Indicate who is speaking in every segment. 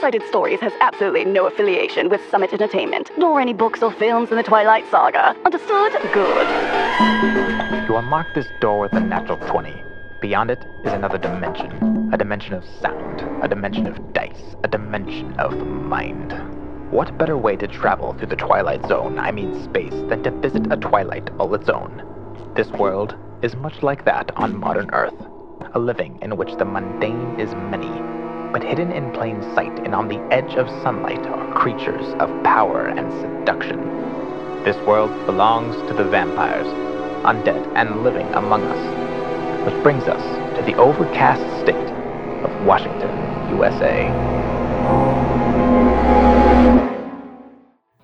Speaker 1: Cited Stories has absolutely no affiliation with Summit Entertainment, nor any books or films in the Twilight Saga. Understood? Good.
Speaker 2: You unlock this door with a natural 20. Beyond it is another dimension. A dimension of sound, a dimension of dice, a dimension of the mind. What better way to travel through the Twilight Zone, I mean space, than to visit a Twilight all its own? This world is much like that on modern Earth, a living in which the mundane is many, but hidden in plain sight and on the edge of sunlight are creatures of power and seduction. This world belongs to the vampires, undead and living among us. Which brings us to the overcast state of Washington, USA.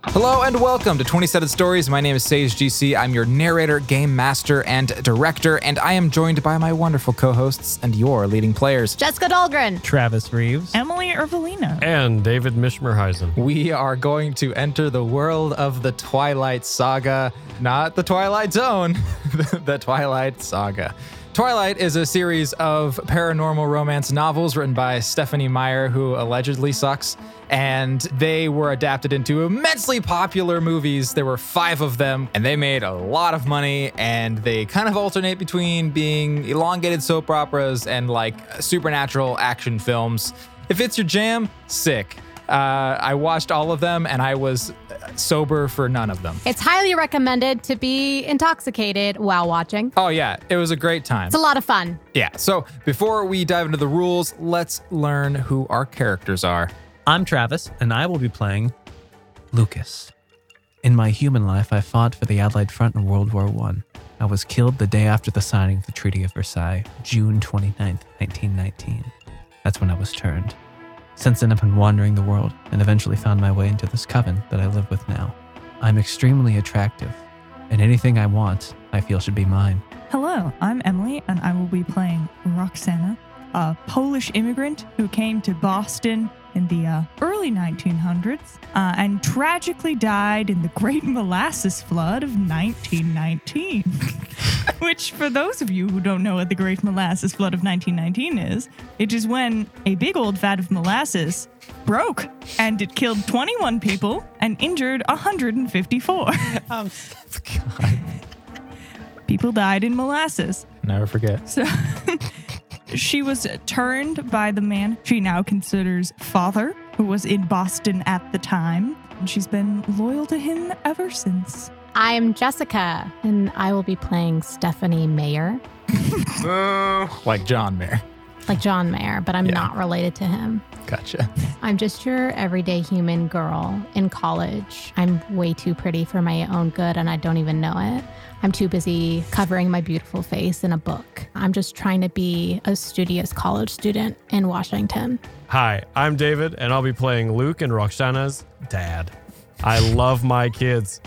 Speaker 3: Hello and welcome to 27 Stories. My name is Sage GC. I'm your narrator, game master, and director, and I am joined by my wonderful co hosts and your leading players.
Speaker 4: Jessica Dahlgren.
Speaker 5: Travis Reeves.
Speaker 6: Emily Ervelina.
Speaker 7: And David Mishmerheisen.
Speaker 3: We are going to enter the world of the Twilight Saga, not the Twilight Zone, the Twilight Saga. Twilight is a series of paranormal romance novels written by Stephanie Meyer, who allegedly sucks, and they were adapted into immensely popular movies. There were five of them, and they made a lot of money, and they kind of alternate between being elongated soap operas and like supernatural action films. If it's your jam, sick. Uh, I watched all of them and I was sober for none of them.
Speaker 4: It's highly recommended to be intoxicated while watching.
Speaker 3: Oh, yeah, it was a great time.
Speaker 4: It's a lot of fun.
Speaker 3: Yeah, so before we dive into the rules, let's learn who our characters are.
Speaker 5: I'm Travis, and I will be playing Lucas. In my human life, I fought for the Allied front in World War One. I was killed the day after the signing of the Treaty of Versailles, June 29th, 1919. That's when I was turned. Since then, I've been wandering the world and eventually found my way into this coven that I live with now. I'm extremely attractive, and anything I want, I feel should be mine.
Speaker 6: Hello, I'm Emily, and I will be playing Roxana, a Polish immigrant who came to Boston in the uh, early 1900s uh, and tragically died in the Great Molasses Flood of 1919. Which, for those of you who don't know what the Great Molasses Flood of 1919 is, it is when a big old vat of molasses broke and it killed 21 people and injured 154. people died in molasses.
Speaker 3: Never forget.
Speaker 6: So she was turned by the man she now considers father, who was in Boston at the time. And she's been loyal to him ever since.
Speaker 4: I'm Jessica, and I will be playing Stephanie Mayer,
Speaker 3: Like John Mayer.
Speaker 4: like John Mayer, but I'm
Speaker 3: Yeah.
Speaker 4: not related to him.
Speaker 3: Gotcha.
Speaker 4: I'm just your everyday human girl in college. I'm way too pretty for my own good, and I don't even know it. I'm too busy covering my beautiful face in a book. I'm just trying to be a studious college student in Washington.
Speaker 7: Hi, I'm David, and I'll be playing Luke and Roxana's dad. I love my kids.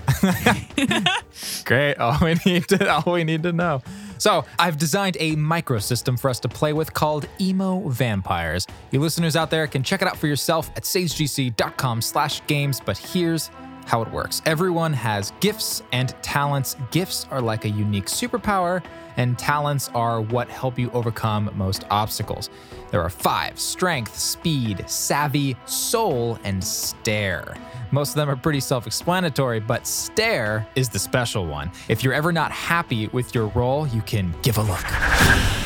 Speaker 3: Great. All we need to all we need to know. So I've designed a microsystem for us to play with called Emo Vampires. You listeners out there can check it out for yourself at sagegc.com slash games, but here's how it works. Everyone has gifts and talents. Gifts are like a unique superpower, and talents are what help you overcome most obstacles. There are five strength, speed, savvy, soul, and stare. Most of them are pretty self explanatory, but stare is the special one. If you're ever not happy with your roll, you can give a look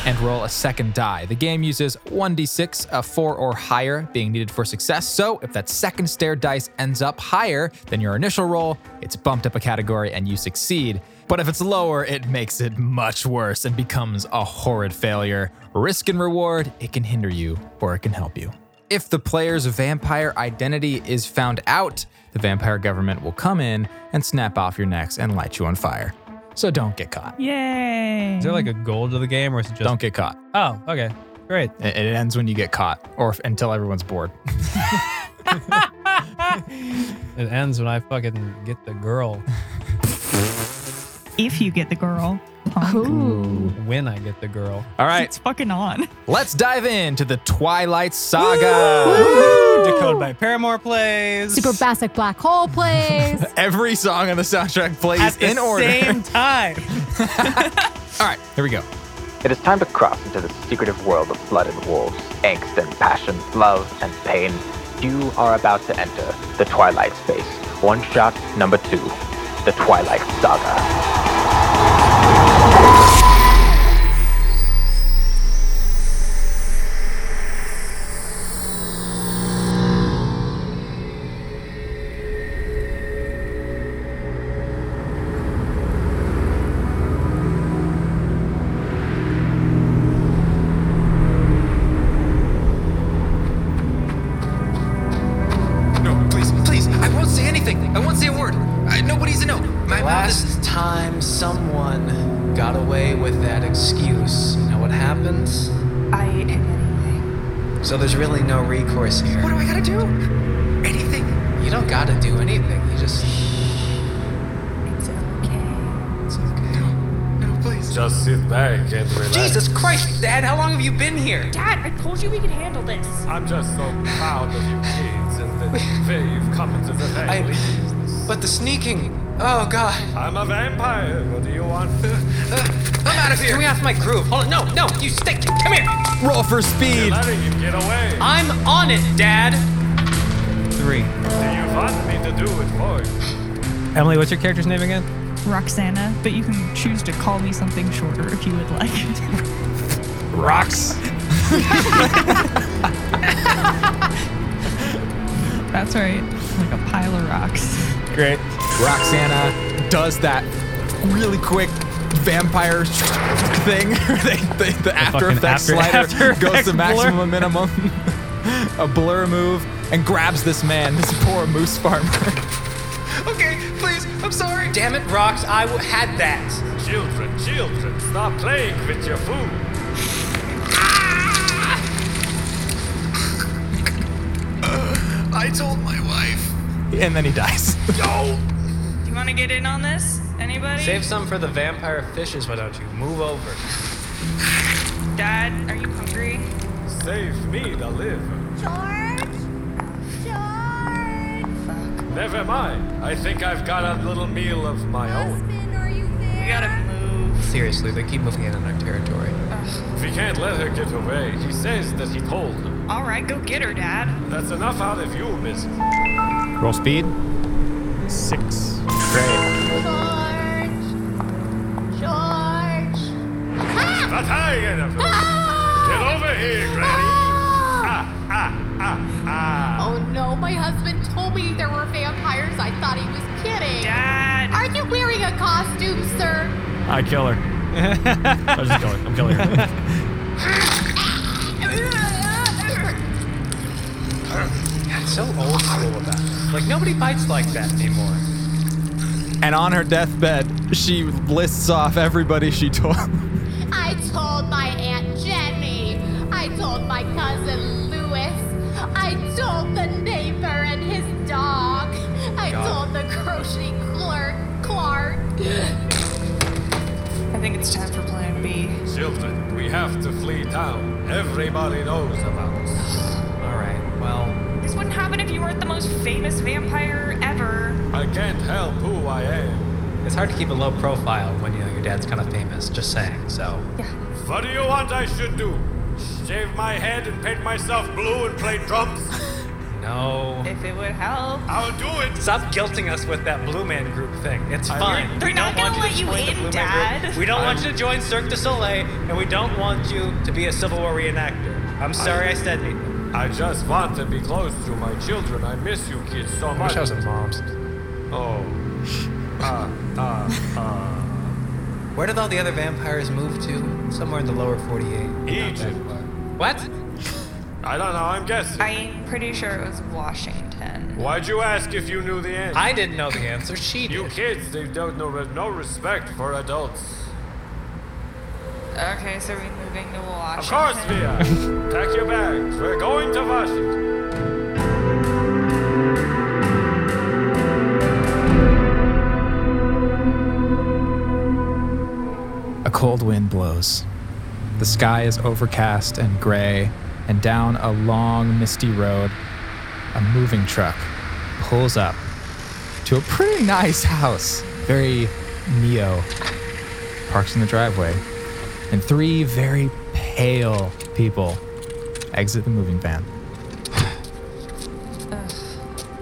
Speaker 3: and roll a second die. The game uses 1d6, a 4 or higher being needed for success. So if that second stare dice ends up higher than your initial roll, it's bumped up a category and you succeed. But if it's lower, it makes it much worse and becomes a horrid failure. Risk and reward, it can hinder you or it can help you. If the player's vampire identity is found out, the vampire government will come in and snap off your necks and light you on fire. So don't get caught.
Speaker 6: Yay!
Speaker 8: Is there like a goal to the game, or is it just?
Speaker 3: Don't get caught.
Speaker 8: Oh, okay, great.
Speaker 3: It it ends when you get caught or f- until everyone's bored.
Speaker 8: It ends when I fucking get the girl.
Speaker 6: if you get the girl, punk,
Speaker 4: Ooh.
Speaker 8: When I get the girl,
Speaker 3: All right,
Speaker 6: it's fucking on.
Speaker 3: let's dive into the Twilight Saga.
Speaker 8: decode by Paramore plays
Speaker 4: Super basic black hole plays.
Speaker 3: Every song on the soundtrack plays
Speaker 8: at the
Speaker 3: in order.
Speaker 8: same time.
Speaker 3: All right, here we go.
Speaker 2: It is time to cross into the secretive world of blood and wolves, angst and passion, love and pain, You are about to enter the Twilight Space. One shot number two, the Twilight Saga.
Speaker 3: No, please, please. I won't say anything. I won't say a word. I, nobody's to know. My
Speaker 9: Last time someone got away with that excuse, you know what happens?
Speaker 10: I ate him anyway.
Speaker 9: So there's really no recourse here.
Speaker 3: I gotta do? Anything.
Speaker 9: You don't gotta do anything. You just.
Speaker 10: It's okay.
Speaker 9: It's okay.
Speaker 3: No, please.
Speaker 7: Just sit back and relax.
Speaker 9: Jesus Christ, Dad, how long have you been here?
Speaker 4: Dad, I told you we could handle this.
Speaker 7: I'm just so proud of you kids and the way you've come into the
Speaker 9: I.
Speaker 7: family.
Speaker 9: But the sneaking. Oh, God.
Speaker 7: I'm a vampire. What do you want?
Speaker 9: Ugh, I'm out of here. Get me off my groove. Hold on. No, no, you stick. Come here.
Speaker 3: Roll for speed.
Speaker 7: Letting you get away.
Speaker 9: I'm on it, Dad.
Speaker 5: Three.
Speaker 7: Do you want me to do it for you?
Speaker 5: Emily, what's your character's name again?
Speaker 10: Roxana, but you can choose to call me something shorter if you would like.
Speaker 3: Rocks.
Speaker 10: That's right. Like a pile of rocks.
Speaker 5: Great.
Speaker 3: Roxana does that really quick vampire thing. the, the, the after
Speaker 5: fucking
Speaker 3: effects
Speaker 5: after-
Speaker 3: slider
Speaker 5: after
Speaker 3: goes
Speaker 5: effects
Speaker 3: to maximum and minimum. A blur move and grabs this man, this poor moose farmer.
Speaker 9: Okay, please. I'm sorry. Damn it, Rocks. I w- had that.
Speaker 7: Children, children, stop playing with your food.
Speaker 9: I told my wife.
Speaker 3: and then he dies.
Speaker 10: You want to get in on this? Anybody?
Speaker 9: Save some for the vampire fishes, why don't you? Move over.
Speaker 10: Dad, are you hungry?
Speaker 7: Save me the liver.
Speaker 4: George? George?
Speaker 7: Never mind. I think I've got a little meal of my own.
Speaker 4: Husband, are you there?
Speaker 10: We gotta move.
Speaker 9: Seriously, they keep moving in on our territory.
Speaker 7: We can't let her get away. He says that he told her.
Speaker 10: All right, go get her, Dad.
Speaker 7: That's enough out of you, Mrs.
Speaker 3: Roll speed.
Speaker 7: Six.
Speaker 4: George? George? Ha!
Speaker 7: But I enough. Get
Speaker 4: Ah!
Speaker 7: over here, Granny.
Speaker 4: Ah!
Speaker 7: Ah, ah, ah, ah.
Speaker 4: Oh no, my husband told me there were vampires. I thought he was kidding.
Speaker 10: Dad!
Speaker 4: Are you wearing a costume, sir?
Speaker 7: I kill her. I just kill her. I'm killing her.
Speaker 9: That's so old school about it. Like, nobody bites like that anymore.
Speaker 3: And on her deathbed, she lists off everybody she told.
Speaker 4: I told my Aunt Jenny. I told my cousin Louis. I told the neighbor and his dog. I told the grocery clerk, Clark.
Speaker 10: I think it's time for plan B.
Speaker 7: Children, we have to flee town. Everybody knows about us.
Speaker 9: All right, well,
Speaker 10: This wouldn't happen if you weren't the most famous vampire ever.
Speaker 7: I can't help who I am.
Speaker 9: it's hard to keep a low profile when, you know, your dad's kind of famous. Just saying, so.
Speaker 7: What do you want I should do? Shave my head and paint myself blue and play drums?
Speaker 9: No.
Speaker 10: If it would help.
Speaker 7: I'll do it.
Speaker 9: Stop guilting us with that Blue Man Group thing. It's
Speaker 7: I-
Speaker 9: fine.
Speaker 10: They're
Speaker 9: we
Speaker 10: not
Speaker 9: don't
Speaker 10: gonna
Speaker 9: want you to
Speaker 10: let you
Speaker 9: join the
Speaker 10: in,
Speaker 9: Blue Man Group.
Speaker 10: Dad.
Speaker 9: We don't want you to join Cirque du Soleil, and we don't want you to be a Civil War reenactor. I'm sorry I, said it.
Speaker 7: I just want to be close to my children. I miss you kids so much.
Speaker 9: mom's.
Speaker 7: Oh. Ah, ah, ah.
Speaker 9: Where did all the other vampires move to? Somewhere in the lower 48.
Speaker 7: Egypt.
Speaker 9: What?
Speaker 7: I don't know, I'm guessing.
Speaker 10: I'm pretty sure it was Washington.
Speaker 7: Why'd you ask if you knew the answer?
Speaker 9: I didn't know the answer. She did.
Speaker 7: You kids, they don't know with no respect for adults.
Speaker 10: Okay, so we're moving to Washington.
Speaker 7: Of course we are. Pack your bags. We're going to Washington.
Speaker 3: A cold wind blows. The sky is overcast and gray, and down a long, misty road, a moving truck pulls up to a pretty nice house. Very neo. Parks in the driveway. And three very pale people exit the moving van.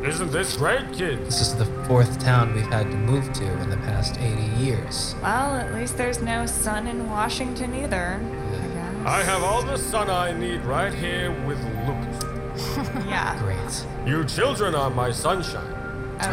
Speaker 7: Isn't this great, kids?
Speaker 9: This is the fourth town we've had to move to in the past 80 years.
Speaker 10: Well, at least there's no sun in Washington either. I guess.
Speaker 7: I have all the sun I need right here with Lucas.
Speaker 10: Yeah.
Speaker 9: Great.
Speaker 7: You children are my sunshine.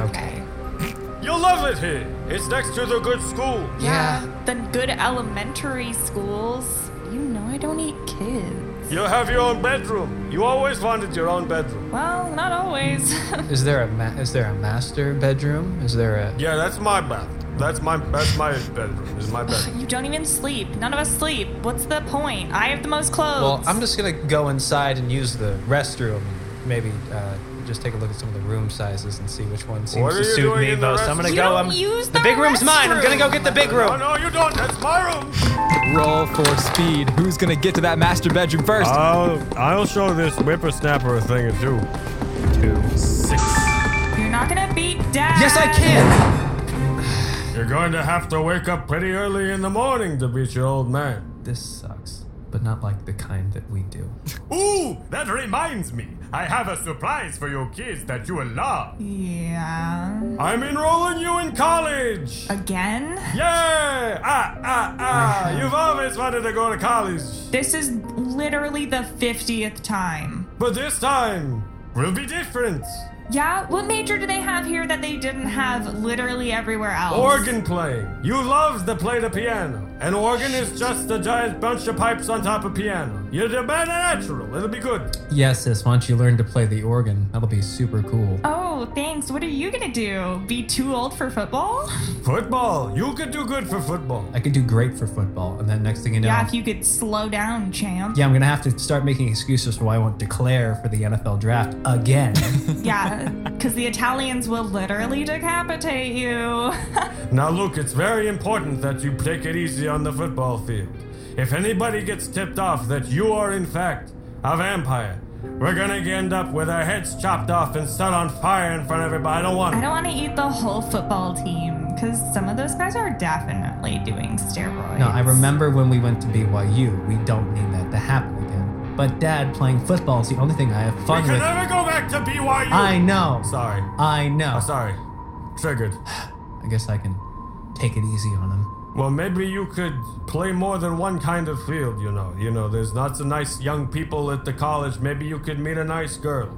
Speaker 10: Okay.
Speaker 7: You'll love it here. It's next to the good school.
Speaker 10: Yeah.
Speaker 9: Yeah.
Speaker 10: The good elementary schools. You know I don't eat kids.
Speaker 7: You'll have your own bedroom. You always wanted your own bedroom.
Speaker 10: Well, not always.
Speaker 9: Is there a ma- is there a master bedroom? Is there a
Speaker 7: Yeah, that's my bath. That's my that's my bedroom. Is my bedroom.
Speaker 10: you don't even sleep. None of us sleep. What's the point? I have the most clothes.
Speaker 9: Well, I'm just gonna go inside and use the restroom. and Maybe uh, just take a look at some of the room sizes and see which one
Speaker 7: What
Speaker 9: seems to
Speaker 7: are you
Speaker 9: suit
Speaker 7: doing
Speaker 9: me
Speaker 7: in the
Speaker 9: most. I'm gonna
Speaker 10: You
Speaker 9: go.
Speaker 10: don't
Speaker 9: I'm,
Speaker 10: use
Speaker 9: the
Speaker 10: the
Speaker 9: big room's mine. I'm gonna
Speaker 10: restroom.
Speaker 9: go get the big
Speaker 7: Oh
Speaker 9: room.
Speaker 7: no, you don't. That's my room.
Speaker 3: Roll for speed. Who's gonna get to that master bedroom first?
Speaker 7: I'll I'll show this whippersnapper a thing or two. Two six.
Speaker 10: You're not gonna beat dad.
Speaker 9: Yes, I can.
Speaker 7: You're going to have to wake up pretty early in the morning to beat your old man.
Speaker 9: This sucks, but not like the kind that we do.
Speaker 7: Ooh, that reminds me. I have a surprise for your kids that you will love.
Speaker 10: Yeah.
Speaker 7: I'm enrolling you in college.
Speaker 10: Again?
Speaker 7: Yeah! Ah, ah, ah! You've always wanted to go to college.
Speaker 10: This is literally the 50th time.
Speaker 7: But this time will be different.
Speaker 10: Yeah, what major do they have here that they didn't have literally everywhere else?
Speaker 7: Organ playing. You love to play the piano. An organ is just a giant bunch of pipes on top of piano. You're the man natural. It'll be good.
Speaker 9: Yes, sis. Why don't you learn to play the organ? That'll be super cool.
Speaker 10: Oh, thanks. What are you gonna do? Be too old for football?
Speaker 7: Football. You could do good for football.
Speaker 9: I could do great for football, and then next thing you know,
Speaker 10: Yeah, if you could slow down, champ.
Speaker 9: yeah, I'm gonna have to start making excuses for why I won't declare for the NFL draft again.
Speaker 10: Yeah, because the Italians will literally decapitate you.
Speaker 7: Now, look, it's very important that you take it easy on the football field. If anybody gets tipped off that you are, in fact, a vampire, we're gonna end up with our heads chopped off and set on fire in front of everybody. I don't want
Speaker 10: I
Speaker 7: it.
Speaker 10: don't want to eat the whole football team because some of those guys are definitely doing steroids.
Speaker 9: No, I remember when we went to BYU. We don't need that to happen again. But Dad, playing football is the only thing I have
Speaker 7: We
Speaker 9: fun
Speaker 7: can
Speaker 9: with.
Speaker 7: never go back to BYU.
Speaker 9: I know.
Speaker 7: Sorry.
Speaker 9: I
Speaker 7: I'm
Speaker 9: know.
Speaker 7: sorry. Triggered.
Speaker 9: I guess I can take it easy on him.
Speaker 7: Well, maybe you could play more than one kind of field, you know. You know, there's lots of nice young people at the college. Maybe you could meet a nice girl.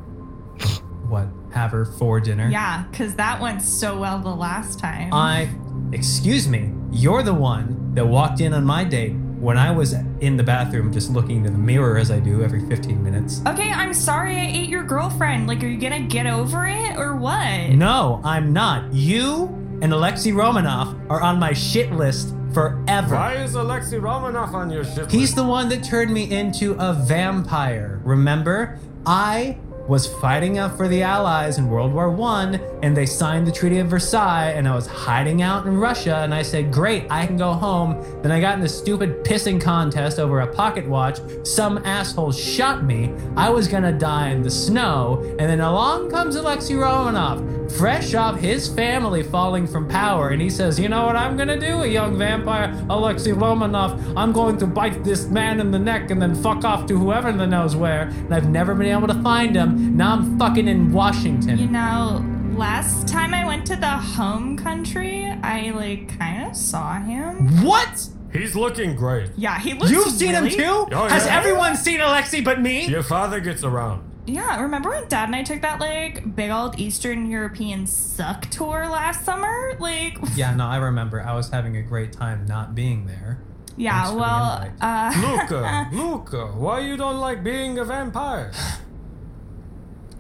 Speaker 9: What? Have her for dinner?
Speaker 10: Yeah, because that went so well the last time.
Speaker 9: I. Excuse me. You're the one that walked in on my date when I was in the bathroom just looking in the mirror as I do every 15 minutes.
Speaker 10: okay, I'm sorry I ate your girlfriend. Like, are you gonna get over it or what?
Speaker 9: No, I'm not. You and Alexei Romanov are on my shit list forever.
Speaker 7: Why is Alexei Romanov on your ship?
Speaker 9: He's the one that turned me into a vampire. Remember? I was fighting out for the Allies in World War One, and they signed the Treaty of Versailles, and I was hiding out in Russia, and I said, Great, I can go home. Then I got in this stupid pissing contest over a pocket watch. Some asshole shot me. I was gonna die in the snow, and then along comes Alexei Romanov, fresh off his family falling from power, and he says, You know what I'm gonna do, a young vampire, Alexei Romanov? I'm going to bite this man in the neck and then fuck off to whoever the knows where, and I've never been able to find him. Now I'm fucking in Washington.
Speaker 10: You know, last time I went to the home country, I like kind of saw him.
Speaker 9: what?
Speaker 7: He's looking great.
Speaker 10: Yeah, he looks.
Speaker 9: You've seen him
Speaker 10: really-
Speaker 9: too?
Speaker 7: Oh,
Speaker 9: Has
Speaker 7: yeah.
Speaker 9: everyone seen Alexei but me?
Speaker 7: Your father gets around.
Speaker 10: Yeah, remember when Dad and I took that like big old Eastern European suck tour last summer? Like,
Speaker 9: Yeah, no, I remember. I was having a great time not being there. Thanks
Speaker 10: yeah.
Speaker 9: for the
Speaker 10: Well,
Speaker 9: invite.
Speaker 10: uh,
Speaker 7: Luca, Luca, why you don't like being a vampire?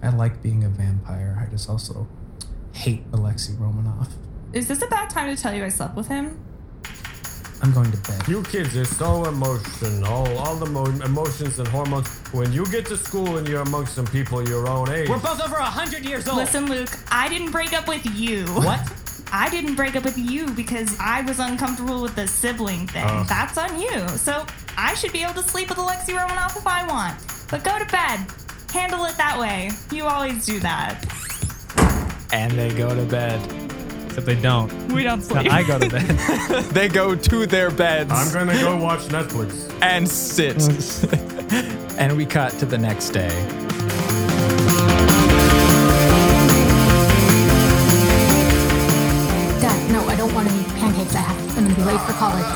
Speaker 9: I like being a vampire. I just also hate Alexei Romanov.
Speaker 10: is this a bad time to tell you I slept with him?
Speaker 9: I'm going to bed.
Speaker 7: You kids are so emotional. All the mo- emotions and hormones. When you get to school and you're amongst some people your own age,
Speaker 9: We're both over 100 years old.
Speaker 10: Listen, Luke, I didn't break up with you.
Speaker 9: What?
Speaker 10: I didn't break up with you because I was uncomfortable with the sibling thing. That's on you. So I should be able to sleep with Alexei Romanoff if I want. But go to bed. Handle it that way. You always do that.
Speaker 3: and they go to bed.
Speaker 5: Except they don't.
Speaker 10: We don't
Speaker 5: No,
Speaker 10: sleep.
Speaker 5: I go to bed.
Speaker 3: They go to their beds
Speaker 7: I'm gonna go watch Netflix.
Speaker 3: and sit. and we cut to the next day.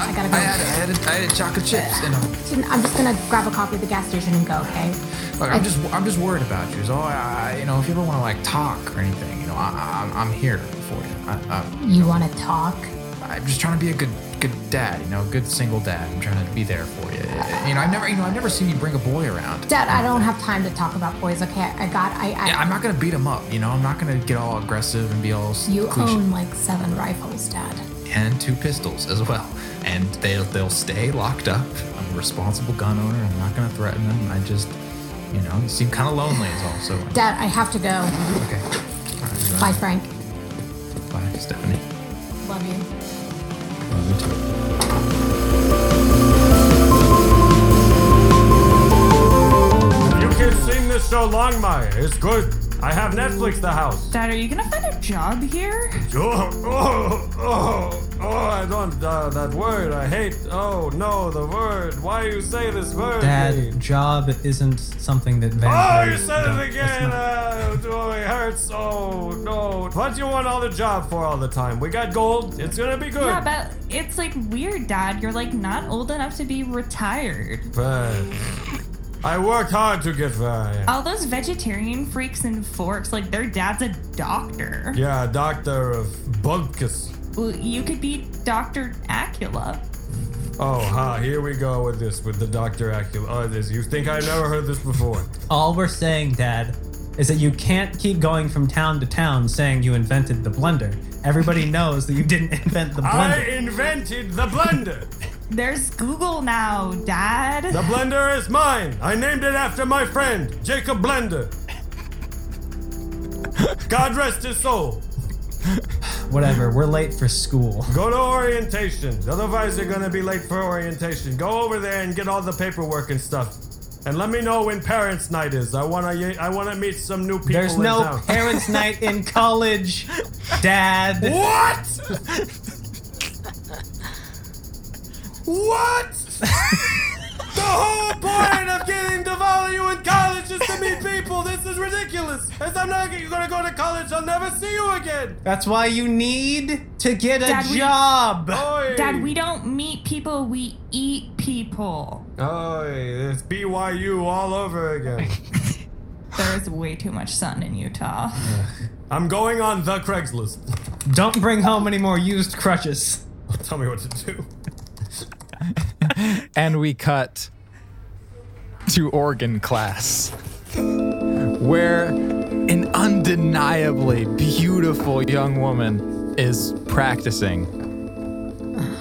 Speaker 11: and chocolate chips, and I'm,
Speaker 4: I'm just gonna grab a coffee at the gas station and go. Okay.
Speaker 11: like, I'm just I'm just worried about you. So I, I- you know, if you ever want to like talk or anything, you know, I, I'm, I'm here for you. I,
Speaker 4: You want to talk?
Speaker 11: I, I'm just trying to be a good good dad, you know, good single dad. I'm trying to be there for you. You know, I've never you know I've never seen you bring a boy around.
Speaker 4: Dad, I don't have time to talk about boys. Okay, I got. I. I
Speaker 11: Yeah, I'm not gonna beat him up. You know, I'm not gonna get all aggressive and be all
Speaker 4: you
Speaker 11: cliche.
Speaker 4: own like seven rifles, Dad.
Speaker 11: and two pistols as well. And they'll they'll stay locked up. I'm a responsible gun owner. I'm not gonna threaten them. I just, you know, you seem kind of lonely is all. So
Speaker 4: Dad, I have to go.
Speaker 11: okay, All right, you know,
Speaker 4: Bye, Frank.
Speaker 11: Bye, Stephanie.
Speaker 4: Love you.
Speaker 7: You kids seen this show Longmire. It's good. I have Netflix the house.
Speaker 6: Dad, are you gonna find a job here?
Speaker 7: Oh, oh, oh, oh, I don't, uh, that word, I hate, oh, no, the word, why you say this word?
Speaker 9: Dad, job isn't something that
Speaker 7: Oh,
Speaker 9: vampires.
Speaker 7: you said
Speaker 9: don't-
Speaker 7: it again! Uh, oh, it hurts. Oh, no. What you want all the job for all the time? We got gold. It's gonna be good.
Speaker 10: Yeah, but it's like weird, Dad. You're like not old enough to be retired.
Speaker 7: But Uh, I worked hard to get where I am.
Speaker 10: All those vegetarian freaks and forks, like their dad's a doctor.
Speaker 7: Yeah, doctor of Bunkus.
Speaker 10: Well, you could be Dr. Acula.
Speaker 7: Oh, ha, here we go with this, with the Dr. Acula. Oh, this, you think I never heard this before?
Speaker 9: All we're saying, Dad, is that you can't keep going from town to town saying you invented the blender. Everybody knows that you didn't invent the
Speaker 7: I
Speaker 9: blender.
Speaker 7: invented the blender.
Speaker 10: There's Google now, Dad.
Speaker 7: The blender is mine. I named it after my friend, Jacob Blender. God rest his soul.
Speaker 9: Whatever, we're late for school.
Speaker 7: Go to orientation. Otherwise, you're going to be late for orientation. Go over there and get all the paperwork and stuff. And let me know when parents' night is. I want to I want to meet some new people
Speaker 9: There's
Speaker 7: in
Speaker 9: no
Speaker 7: town.
Speaker 9: parents' night in college, Dad.
Speaker 7: What? What? the whole point of getting to value in college is to meet people. This is ridiculous. As I'm not going to go to college, I'll never see you again.
Speaker 9: That's why you need to get a
Speaker 10: Dad, we-
Speaker 9: job.
Speaker 10: Dad, we don't meet people, we eat people.
Speaker 7: Oh, it's BYU all over again.
Speaker 10: There is way too much sun in Utah.
Speaker 7: I'm going on the Craigslist.
Speaker 9: Don't bring home any more used crutches.
Speaker 7: Tell me what to do.
Speaker 3: and we cut to organ class, where an undeniably beautiful young woman is practicing.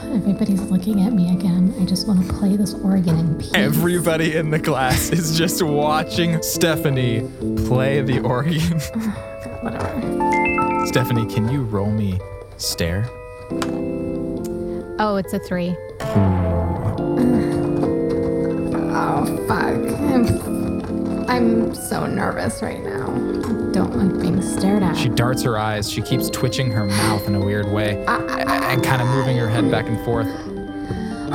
Speaker 4: Everybody's looking at me again. I just want to play this organ in peace.
Speaker 3: Everybody in the class is just watching Stephanie play the organ. Stephanie, can you roll me stare?
Speaker 4: Oh, it's a three. Oh fuck! I'm, I'm so nervous right now. I don't like being stared at.
Speaker 3: She darts her eyes. She keeps twitching her mouth in a weird way and kind of moving her head back and forth.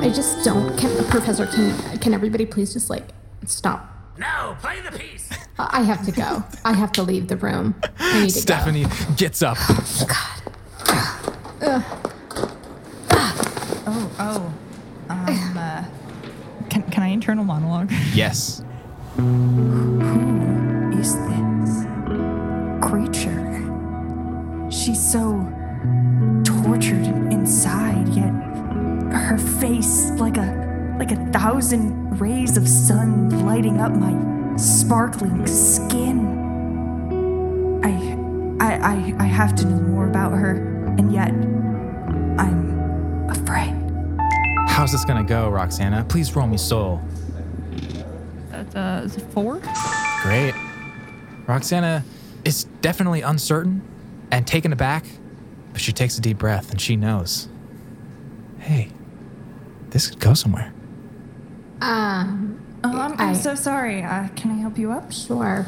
Speaker 4: I just don't. Can Professor? Can can everybody please just like stop?
Speaker 12: No, play the piece.
Speaker 4: I I have to go. I have to leave the room. I need to
Speaker 3: Stephanie gets up.
Speaker 4: go. Ugh.
Speaker 6: Oh, oh. Um, uh, can, can I internal monologue?
Speaker 3: Yes.
Speaker 6: Is this creature? She's so tortured inside, yet her face like a like a thousand rays of sun lighting up my sparkling skin. I I I, I have to know more about her, and yet I'm afraid.
Speaker 3: How's this gonna go, Roxana? Please roll me soul.
Speaker 13: That's uh, is it four?
Speaker 3: Great. Roxana is definitely uncertain and taken aback, but she takes a deep breath and she knows. Hey, this could go somewhere.
Speaker 10: Um, I'm, I'm
Speaker 4: I-
Speaker 10: so sorry. Uh, can I help you up?
Speaker 4: Sure.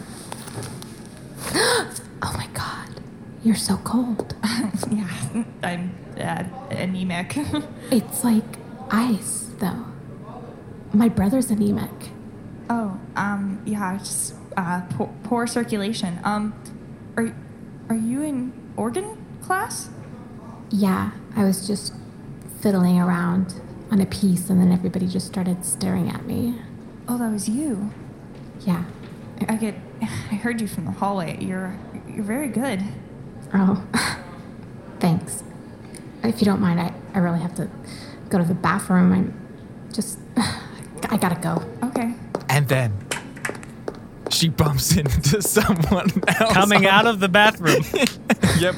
Speaker 4: Oh You're so cold.
Speaker 10: yeah, I'm uh, anemic.
Speaker 4: It's like ice, though. My brother's anemic.
Speaker 10: oh, um, yeah, just uh, poor, poor circulation. Um, are are you in organ class?
Speaker 4: Yeah, I was just fiddling around. on a piece, and then everybody just started staring at me.
Speaker 10: Oh, that was you.
Speaker 4: Yeah.
Speaker 10: I get. I heard you from the hallway. You're you're very good.
Speaker 4: Oh, thanks. If you don't mind, I, I really have to go to the bathroom. I'm just. I gotta go. Oh,
Speaker 10: Okay.
Speaker 3: And then she bumps into someone else.
Speaker 8: Coming out of the bathroom.
Speaker 3: yep.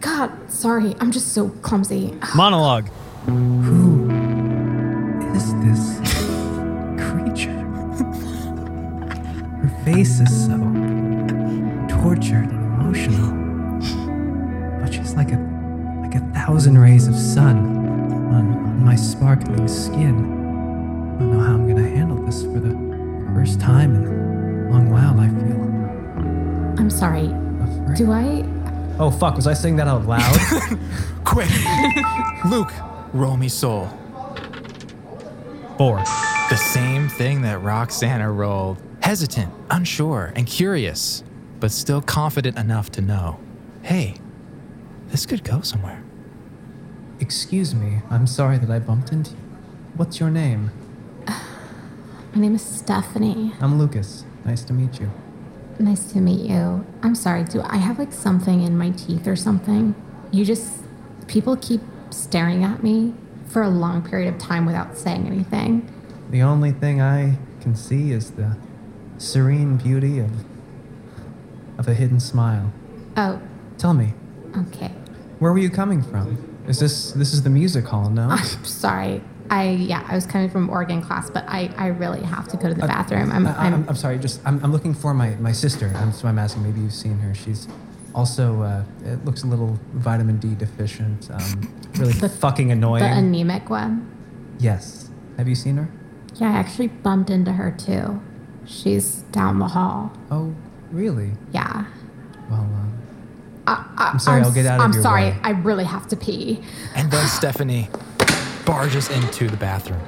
Speaker 4: God, sorry. I'm just so clumsy.
Speaker 8: Monologue.
Speaker 5: Who is this creature? Her face is so tortured and emotional, but she's like a like a thousand rays of sun on, on my sparkling skin. I don't know how I'm gonna handle this for the first time in a long while. I feel
Speaker 4: I'm sorry. Do I?
Speaker 9: Oh fuck, was I saying that out loud?
Speaker 3: Quick, Luke, roll me soul.
Speaker 8: Four.
Speaker 3: The same thing that Roxana rolled. Hesitant, unsure, and curious, but still confident enough to know hey, this could go somewhere.
Speaker 5: Excuse me, I'm sorry that I bumped into you. What's your name?
Speaker 4: My name is Stephanie.
Speaker 5: I'm Lucas. Nice to meet you.
Speaker 4: Nice to meet you. I'm sorry. Do I have like something in my teeth or something? You just. People keep staring at me for a long period of time without saying anything.
Speaker 5: The only thing I can see is the serene beauty of of a hidden smile.
Speaker 4: Oh,
Speaker 5: Tell me,
Speaker 4: okay.
Speaker 5: where were you coming from? Is this this is the music hall, no?
Speaker 4: I'm sorry. I yeah, I was coming from Oregon class, but I I really have to go to the bathroom. I'm
Speaker 5: I- I'm,
Speaker 4: I'm
Speaker 5: Uh, I'm sorry, just I'm, I'm looking for my, my sister. I'm, so I'm asking, maybe you've seen her. She's also, uh, it looks a little vitamin D deficient. Um, really fucking annoying.
Speaker 4: the anemic one.
Speaker 5: yes. Have you seen her?
Speaker 4: Yeah, I actually bumped into her too. She's down the hall.
Speaker 5: Oh, really?
Speaker 4: Yeah.
Speaker 5: Well, um,
Speaker 9: uh,
Speaker 4: I, I,
Speaker 5: I'm sorry, I'll get out of
Speaker 4: I'm
Speaker 5: your
Speaker 4: sorry.
Speaker 5: way.
Speaker 4: I really have to pee.
Speaker 3: And then Stephanie barges into the bathroom.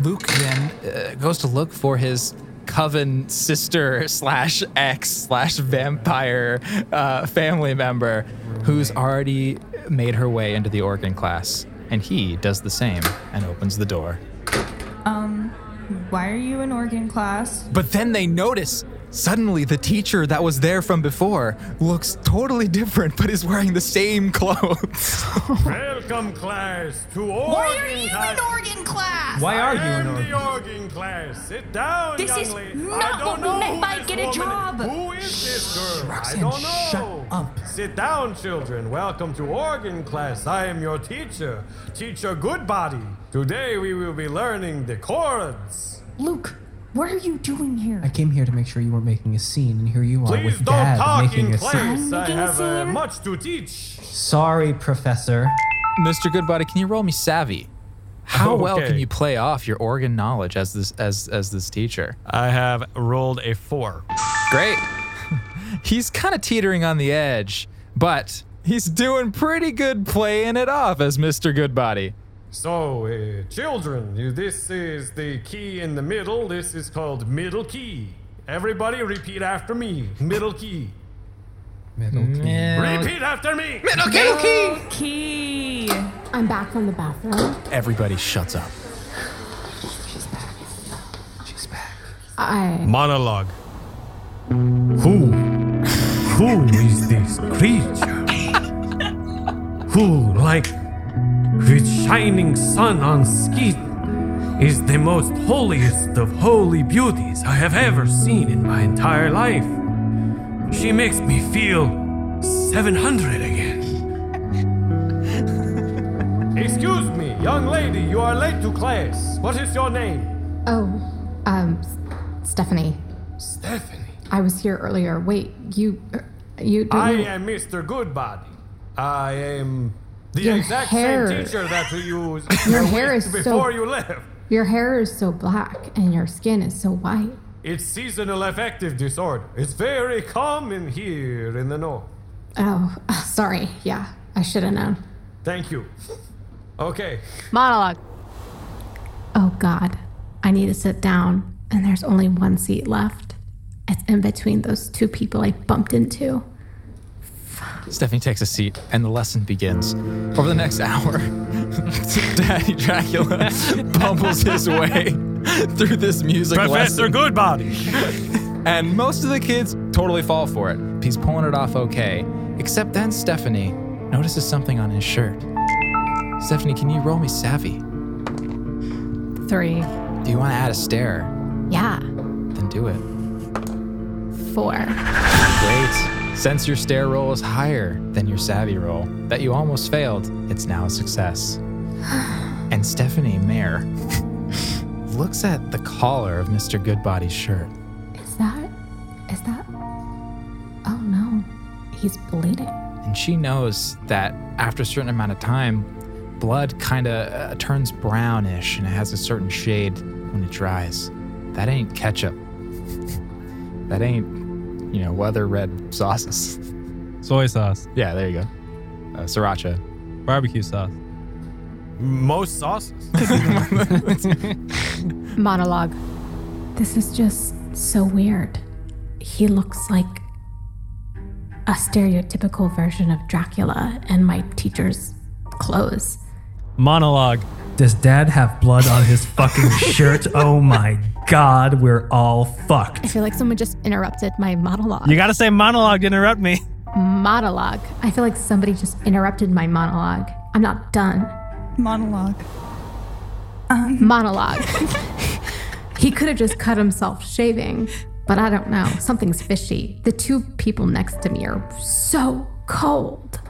Speaker 3: Luke then uh, goes to look for his coven sister slash ex slash vampire uh, family member who's already made her way into the Oregon class. And he does the same and opens the door.
Speaker 10: Um, why are you in Oregon class?
Speaker 3: But then they notice suddenly the teacher that was there from before looks totally different but is wearing the same clothes.
Speaker 7: Welcome, class, to
Speaker 10: Why are
Speaker 7: Oregon
Speaker 10: you
Speaker 7: class.
Speaker 10: in Oregon class?
Speaker 9: Why are you
Speaker 7: I am
Speaker 9: in Oregon?
Speaker 7: the Oregon class. Sit down,
Speaker 10: This
Speaker 7: young
Speaker 10: is
Speaker 7: lady. I
Speaker 10: not
Speaker 7: don't
Speaker 10: what we
Speaker 7: know
Speaker 10: meant
Speaker 7: who
Speaker 10: by
Speaker 7: this
Speaker 10: get a
Speaker 7: woman is.
Speaker 10: job.
Speaker 7: Who is this girl?
Speaker 9: Roxanne,
Speaker 7: I don't know.
Speaker 9: shut up.
Speaker 7: Sit down, children. Welcome to Oregon class. I am your teacher, teacher Goodbody. Today we will be learning the chords.
Speaker 10: Luke, what are you doing here?
Speaker 5: I came here to make sure you weren't making a scene, and here you are
Speaker 7: Please
Speaker 5: with
Speaker 7: don't
Speaker 5: Dad
Speaker 7: talk
Speaker 5: making
Speaker 7: in
Speaker 5: a scene.
Speaker 7: class. I
Speaker 10: Making a
Speaker 7: have uh,
Speaker 10: scene?
Speaker 7: much to teach.
Speaker 9: sorry, Professor.
Speaker 3: Mr. Goodbody, can you roll me savvy? How well
Speaker 7: Okay.
Speaker 3: can you play off your organ knowledge as this as as this teacher? Uh,
Speaker 7: I have rolled a four.
Speaker 3: Great. he's kind of teetering on the edge, but he's doing pretty good playing it off as Mr. Goodbody.
Speaker 7: So, uh, children, this is the key in the middle. This is called middle key. Everybody repeat after me. Middle key.
Speaker 5: Middle key.
Speaker 7: Repeat after me.
Speaker 10: Key.
Speaker 4: I'm back from the bathroom.
Speaker 3: Everybody shuts up.
Speaker 5: She's back.
Speaker 4: I
Speaker 7: Monologue. Who? Who is this creature? Who, like with shining sun on skin, is the most holiest of holy beauties I have ever seen in my entire life? She makes me feel 700 again. Excuse me, young lady, you are late to class. What is your name?
Speaker 4: oh, um, S- Stephanie.
Speaker 7: Stephanie.
Speaker 4: I was here earlier. Wait, you, er, you. don't
Speaker 7: I
Speaker 14: Mm-hmm.
Speaker 4: know-
Speaker 7: am Mr. Goodbody. I am the
Speaker 4: Your
Speaker 7: exact
Speaker 4: hair.
Speaker 7: same teacher that you used
Speaker 4: Your hair is so-
Speaker 7: before you left.
Speaker 4: Your hair is so black and your skin is so white.
Speaker 7: It's seasonal affective disorder. It's very common here in the north.
Speaker 4: Oh, sorry. Yeah, I should have known.
Speaker 7: Thank you. Okay.
Speaker 13: Monologue.
Speaker 4: Oh God, I need to sit down, and there's only one seat left. It's in between those two people I bumped into. Fuck.
Speaker 3: Stephanie takes a seat, and the lesson begins. Over the next hour, Daddy Dracula bumbles his way through this music
Speaker 12: Professor
Speaker 3: lesson.
Speaker 12: Goodbody.
Speaker 3: and most of the kids totally fall for it. He's pulling it off okay. Except then Stephanie notices something on his shirt. Stephanie, can you roll me savvy?
Speaker 4: Three.
Speaker 3: Do you want to add a stare?
Speaker 4: Yeah.
Speaker 3: Then do it.
Speaker 4: Four.
Speaker 3: Great. Since your stare roll is higher than your savvy roll, that you almost failed, it's now a success. And Stephanie Mayer looks at the collar of Mr. Goodbody's shirt.
Speaker 4: Is that? Is that? Oh no. He's bleeding.
Speaker 3: And she knows that after a certain amount of time, blood kind of uh, turns brownish and it has a certain shade when it dries. That ain't ketchup. that ain't, you know, weather red sauces.
Speaker 8: Soy sauce.
Speaker 3: Yeah, there you go. Uh, sriracha.
Speaker 8: Barbecue sauce.
Speaker 12: Most sauces.
Speaker 4: Monologue. This is just so weird. He looks like a stereotypical version of Dracula in my teacher's clothes.
Speaker 8: Monologue.
Speaker 14: Does dad have blood on his fucking shirt? Oh my god, we're all fucked.
Speaker 4: I feel like someone just interrupted my monologue.
Speaker 5: You gotta say monologue to interrupt me.
Speaker 4: monologue. I feel like somebody just interrupted my monologue. I'm not done.
Speaker 10: Monologue.
Speaker 4: Monologue. he could have just cut himself shaving, but I don't know. Something's fishy. The two people next to me are so cold.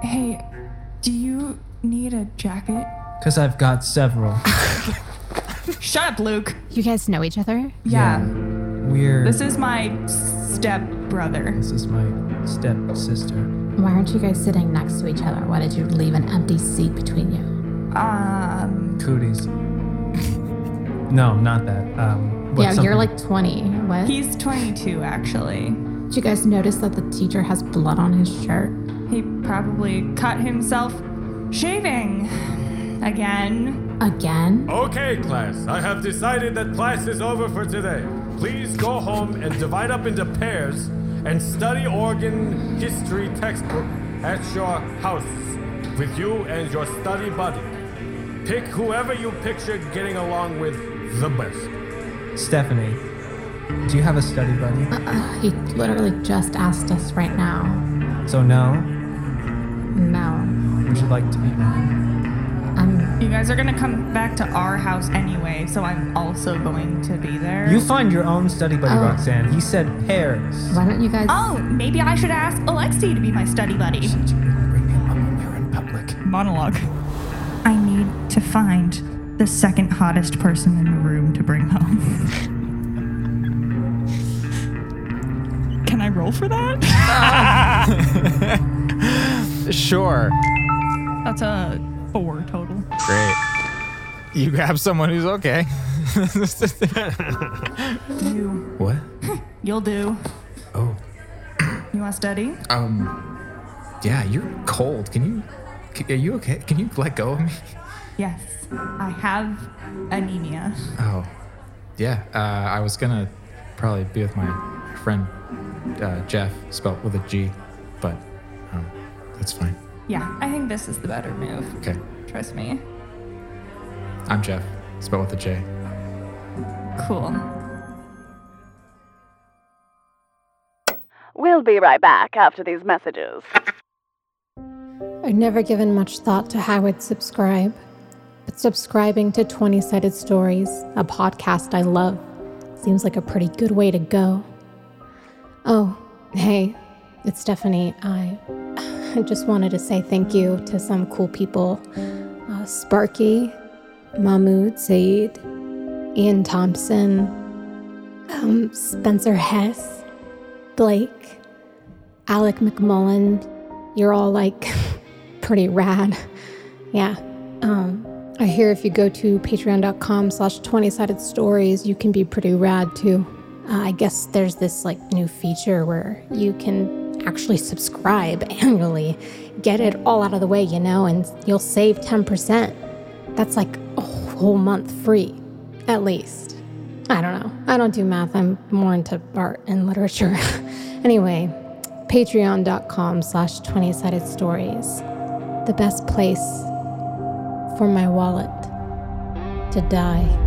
Speaker 10: Hey, do you need a jacket?
Speaker 9: Because I've got several.
Speaker 10: Shut up, Luke.
Speaker 4: You guys know each other?
Speaker 10: Yeah.
Speaker 9: Weird.
Speaker 10: This is my step brother.
Speaker 9: This is my stepsister.
Speaker 4: Why aren't you guys sitting next to each other? Why did you leave an empty seat between you?
Speaker 10: Um.
Speaker 9: Cooties. no, not that. Um, what,
Speaker 4: yeah,
Speaker 9: something-
Speaker 4: you're like 20. What?
Speaker 10: He's 22, actually.
Speaker 4: Did you guys notice that the teacher has blood on his shirt?
Speaker 10: He probably cut himself shaving again.
Speaker 4: Again?
Speaker 7: Okay, class. I have decided that class is over for today. Please go home and divide up into pairs and study Oregon history textbook at your house with you and your study buddy. Pick whoever you picture getting along with the best.
Speaker 9: Stephanie, do you have a study buddy?
Speaker 4: He literally just asked us right now.
Speaker 9: So no,
Speaker 4: No.
Speaker 9: would you like to be mine?
Speaker 10: You guys are gonna come back to our house anyway, so I'm also going to be there.
Speaker 9: You find your own study buddy,
Speaker 10: Oh.
Speaker 9: Roxanne. He said pairs.
Speaker 4: Why don't you guys?
Speaker 10: Oh, maybe I should ask Alexi to be my study buddy. Monologue. I need to find the second hottest person in the room to bring home. Can I roll for that?
Speaker 3: Sure.
Speaker 13: That's a four total.
Speaker 3: Great. You grab someone who's okay.
Speaker 10: you.
Speaker 3: what?
Speaker 10: You'll do. Oh. You want to study?
Speaker 11: Um, yeah, you're cold. Can you? c- Are you okay? Can you let go of me?
Speaker 10: Yes. I have anemia.
Speaker 11: Oh, yeah. Uh, I was gonna probably be with my friend uh, Jeff, spelt with a G, but um, that's fine.
Speaker 10: Yeah, I think this is the better move.
Speaker 11: Okay,
Speaker 10: Trust me.
Speaker 11: I'm Jeff, spelled with a J.
Speaker 10: Cool.
Speaker 1: We'll be right back after these messages.
Speaker 15: I've never given much thought to how I'd subscribe, but subscribing to 20 Sided Stories, a podcast I love, seems like a pretty good way to go. Oh, hey, it's Stephanie. I, I just wanted to say thank you to some cool people uh, Sparky, Mahmoud Zaid, Ian Thompson, um, Spencer Hess, Blake, Alec McMullen. You're all like pretty rad. Yeah. Um, I hear if you go to patreon.com slash 20 sided stories, you can be pretty rad too. Uh, I guess there's this like new feature where you can actually subscribe annually, get it all out of the way, you know, and you'll save 10%. That's like a whole month free, at least. I don't know. I don't do math. I'm more into art and literature. anyway,
Speaker 4: patreon.com slash 20-sided stories, the best place for my wallet to die.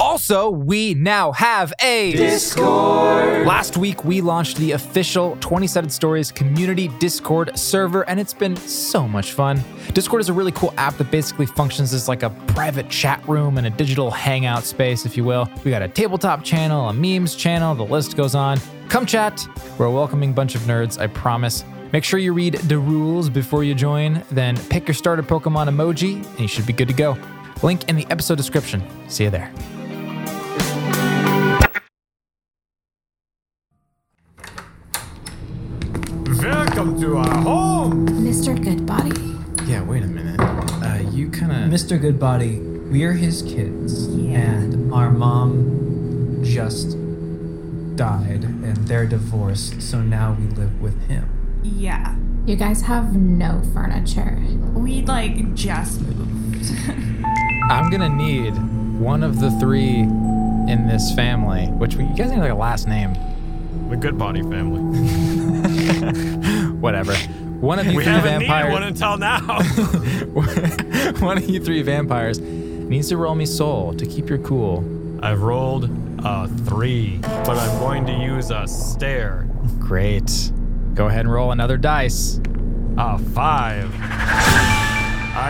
Speaker 3: Also, we now have a Discord. Last week, we launched the official 20 Sided Stories community Discord server, and it's been so much fun. Discord is a really cool app that basically functions as like a private chat room and a digital hangout space, if you will. We got a tabletop channel, a memes channel, the list goes on. Come chat. We're a welcoming bunch of nerds, I promise. Make sure you read the rules before you join, then pick your starter Pokemon emoji, and you should be good to go. Link in the episode description. See you there.
Speaker 7: Welcome to our home.
Speaker 4: Mr. Goodbody.
Speaker 16: Yeah, wait a minute. Uh, you kind of.
Speaker 5: Mr. Goodbody, we're his kids, and our mom just died, and they're divorced, so now we live with him.
Speaker 10: Yeah.
Speaker 17: You guys have no furniture.
Speaker 10: We like just moved.
Speaker 3: I'm gonna need one of the three in this family, which we, you guys need like a last name.
Speaker 18: The Goodbody family.
Speaker 3: Whatever. One of you
Speaker 18: we
Speaker 3: three
Speaker 18: haven't needed one
Speaker 3: vampires.
Speaker 18: until now.
Speaker 3: One, of you three vampires needs to roll me soul to keep your cool.
Speaker 18: I've rolled a three, but I'm going to use a stare.
Speaker 3: Great. Go ahead and roll another dice.
Speaker 18: A five.
Speaker 7: I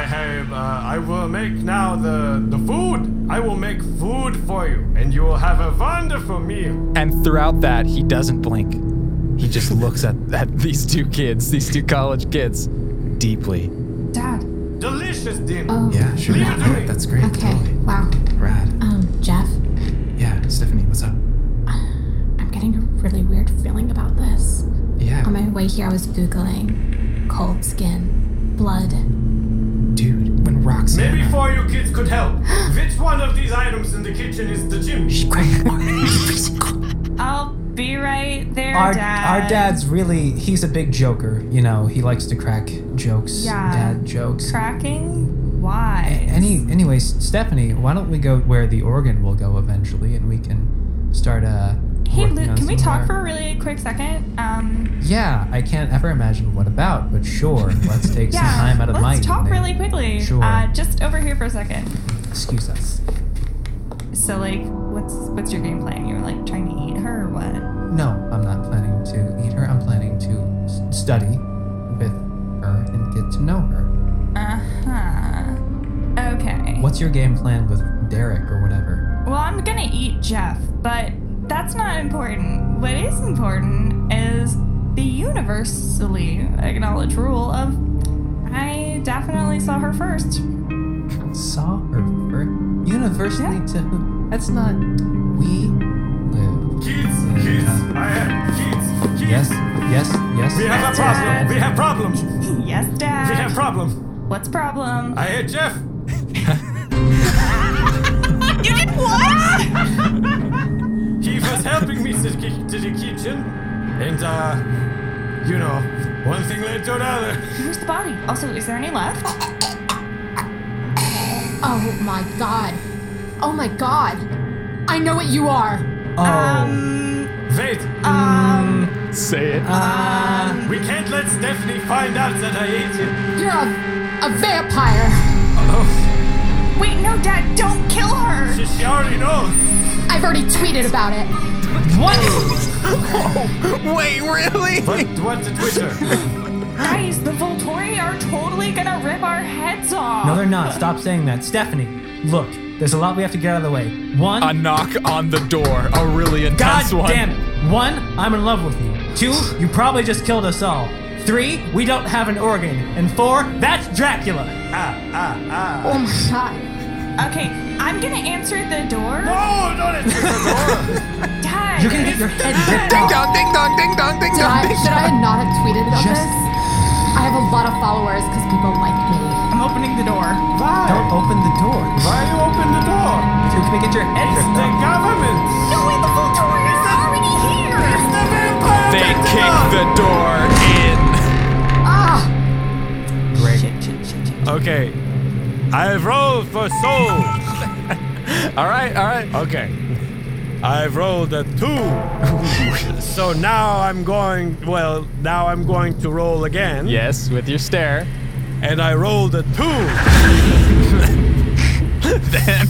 Speaker 7: have. Uh, I will make now the the food. I will make food for you, and you will have a wonderful meal.
Speaker 3: And throughout that, he doesn't blink. He just looks at, at these two kids, these two college kids, deeply.
Speaker 17: Dad.
Speaker 7: Delicious dinner.
Speaker 17: Oh.
Speaker 16: Yeah, sure.
Speaker 7: Leave it to me.
Speaker 16: That's great.
Speaker 17: Okay.
Speaker 16: Totally.
Speaker 17: Wow.
Speaker 16: Rad.
Speaker 17: Um, Jeff, Uh,
Speaker 16: Yeah, Stephanie, what's up?
Speaker 17: I'm getting a really weird feeling about this.
Speaker 16: Yeah.
Speaker 17: On my way here, I was Googling cold skin, blood.
Speaker 16: Dude, when Roxanne.
Speaker 7: Maybe four you kids could help. Which one of these items in the kitchen is the gym?
Speaker 10: I'll be right there,
Speaker 5: Our,
Speaker 10: Dad.
Speaker 5: our dad's really, he's a big joker, you know, he likes to crack jokes,
Speaker 10: Yeah.
Speaker 5: dad jokes.
Speaker 10: Cracking? Why?
Speaker 5: Any, anyways, Stephanie, why don't we go where the organ will go eventually, and we can start, uh,
Speaker 10: Hey,
Speaker 5: working
Speaker 10: Luke,
Speaker 5: on
Speaker 10: can we
Speaker 5: some of
Speaker 10: talk
Speaker 5: our-
Speaker 10: for a really quick second? Um,
Speaker 5: Yeah, I can't ever imagine what about, but sure, let's take
Speaker 10: yeah,
Speaker 5: some time out of
Speaker 10: let's
Speaker 5: my
Speaker 10: talk
Speaker 5: evening.
Speaker 10: really quickly.
Speaker 5: Sure.
Speaker 10: Uh, just over here for a second.
Speaker 5: Excuse us.
Speaker 10: So, like, what's what's your game plan? You're like trying to eat her or what?
Speaker 5: No, I'm not planning to eat her. I'm planning to s- study with her and get to know her.
Speaker 10: Uh huh. Uh-huh. Okay.
Speaker 5: What's your game plan with Derek or whatever?
Speaker 10: Well, I'm gonna eat Jeff, but that's not important. What is important is the universally acknowledged rule of I definitely saw her first.
Speaker 5: Saw her for university to. That's not. We live.
Speaker 7: Kids, kids, I have kids, kids.
Speaker 5: Yes, yes, yes.
Speaker 7: We have a problem. We have problems. We
Speaker 10: Yes, Dad.
Speaker 7: have problem.
Speaker 10: What's problem?
Speaker 7: I hate Jeff.
Speaker 10: you did what?
Speaker 7: He was helping me to the ki- to the kitchen, and uh, you know, one thing led to another.
Speaker 10: Where's the body? Also, is there any left?
Speaker 4: Oh my god. Oh my god. I know what you are.
Speaker 5: Oh,
Speaker 7: Wait,
Speaker 10: Um,
Speaker 3: Say it.
Speaker 7: we can't let Stephanie find out that I ate him.
Speaker 4: You're a, a vampire.
Speaker 7: Oh,
Speaker 10: wait, no, Dad, don't kill her.
Speaker 7: she, she already knows.
Speaker 4: I've already tweeted about it.
Speaker 3: Wait, really?
Speaker 7: What? What the Twitter?
Speaker 10: Guys, the Volturi are totally gonna rip our heads off.
Speaker 5: no, they're not. Stop saying that. Stephanie, look, there's a lot we have to get out of the way. One,
Speaker 7: Uh,
Speaker 3: A knock on the door. A really
Speaker 5: God
Speaker 3: intense one.
Speaker 5: damn it. One, I'm in love with you. Two, you probably just killed us all. Three, we don't have an organ. And four, that's Dracula.
Speaker 4: Oh my god.
Speaker 10: Okay, I'm gonna answer the door.
Speaker 7: oh, don't answer the door.
Speaker 10: Dad,
Speaker 5: You're gonna get your head ripped
Speaker 3: Ding
Speaker 5: off.
Speaker 3: dong, ding dong, ding dong, ding
Speaker 4: Did I,
Speaker 3: dong, ding
Speaker 4: should
Speaker 3: dong.
Speaker 4: I not have tweeted about
Speaker 5: Just-
Speaker 4: this? I have a lot of followers because people like me.
Speaker 10: I'm opening the door.
Speaker 5: Don't open the door.
Speaker 7: Why you open the door?
Speaker 5: You're gonna get your head
Speaker 7: It's
Speaker 5: ripped
Speaker 7: the
Speaker 5: off.
Speaker 7: government.
Speaker 10: No way, the Volturi is already
Speaker 7: It's
Speaker 10: here.
Speaker 7: the vampire.
Speaker 3: They
Speaker 7: attacked
Speaker 3: kicked
Speaker 7: us.
Speaker 3: the
Speaker 4: Ah!
Speaker 3: door
Speaker 18: Okay. I have rolled for soul.
Speaker 3: in. All right, all right.
Speaker 18: Okay.
Speaker 7: I've rolled a two. so now I'm going, well, now I'm going to roll again.
Speaker 3: Yes, with your stare.
Speaker 7: And I rolled a two.
Speaker 3: then.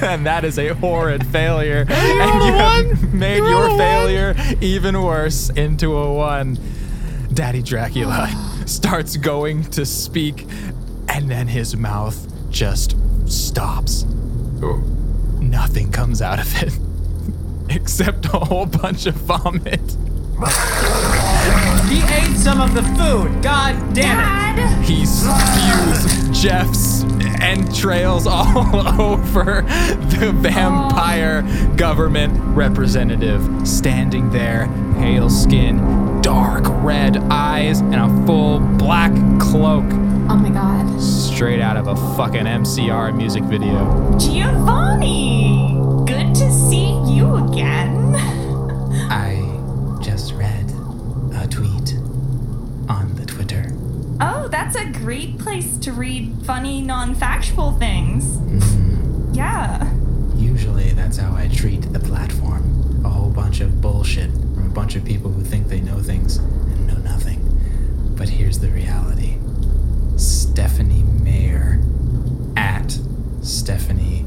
Speaker 3: then that is a horrid failure. and you have made your failure even worse into a one. Daddy Dracula starts going to speak, and then his mouth just stops. Nothing comes out of it except a whole bunch of vomit.
Speaker 9: He ate some of the food. God damn it.
Speaker 3: He spews Jeff's entrails all over the vampire government representative standing there, pale skin, dark red eyes, and a full black cloak.
Speaker 4: Oh my god.
Speaker 3: Straight out of a fucking MCR music video.
Speaker 10: Giovanni! Good to see you again.
Speaker 16: I just read a tweet on the Twitter.
Speaker 10: Oh, that's a great place to read funny, non factual things. Yeah.
Speaker 16: Usually that's how I treat the platform. A whole bunch of bullshit from a bunch of people who think they know things and know nothing. But here's the reality Stephanie Mayer at Stephanie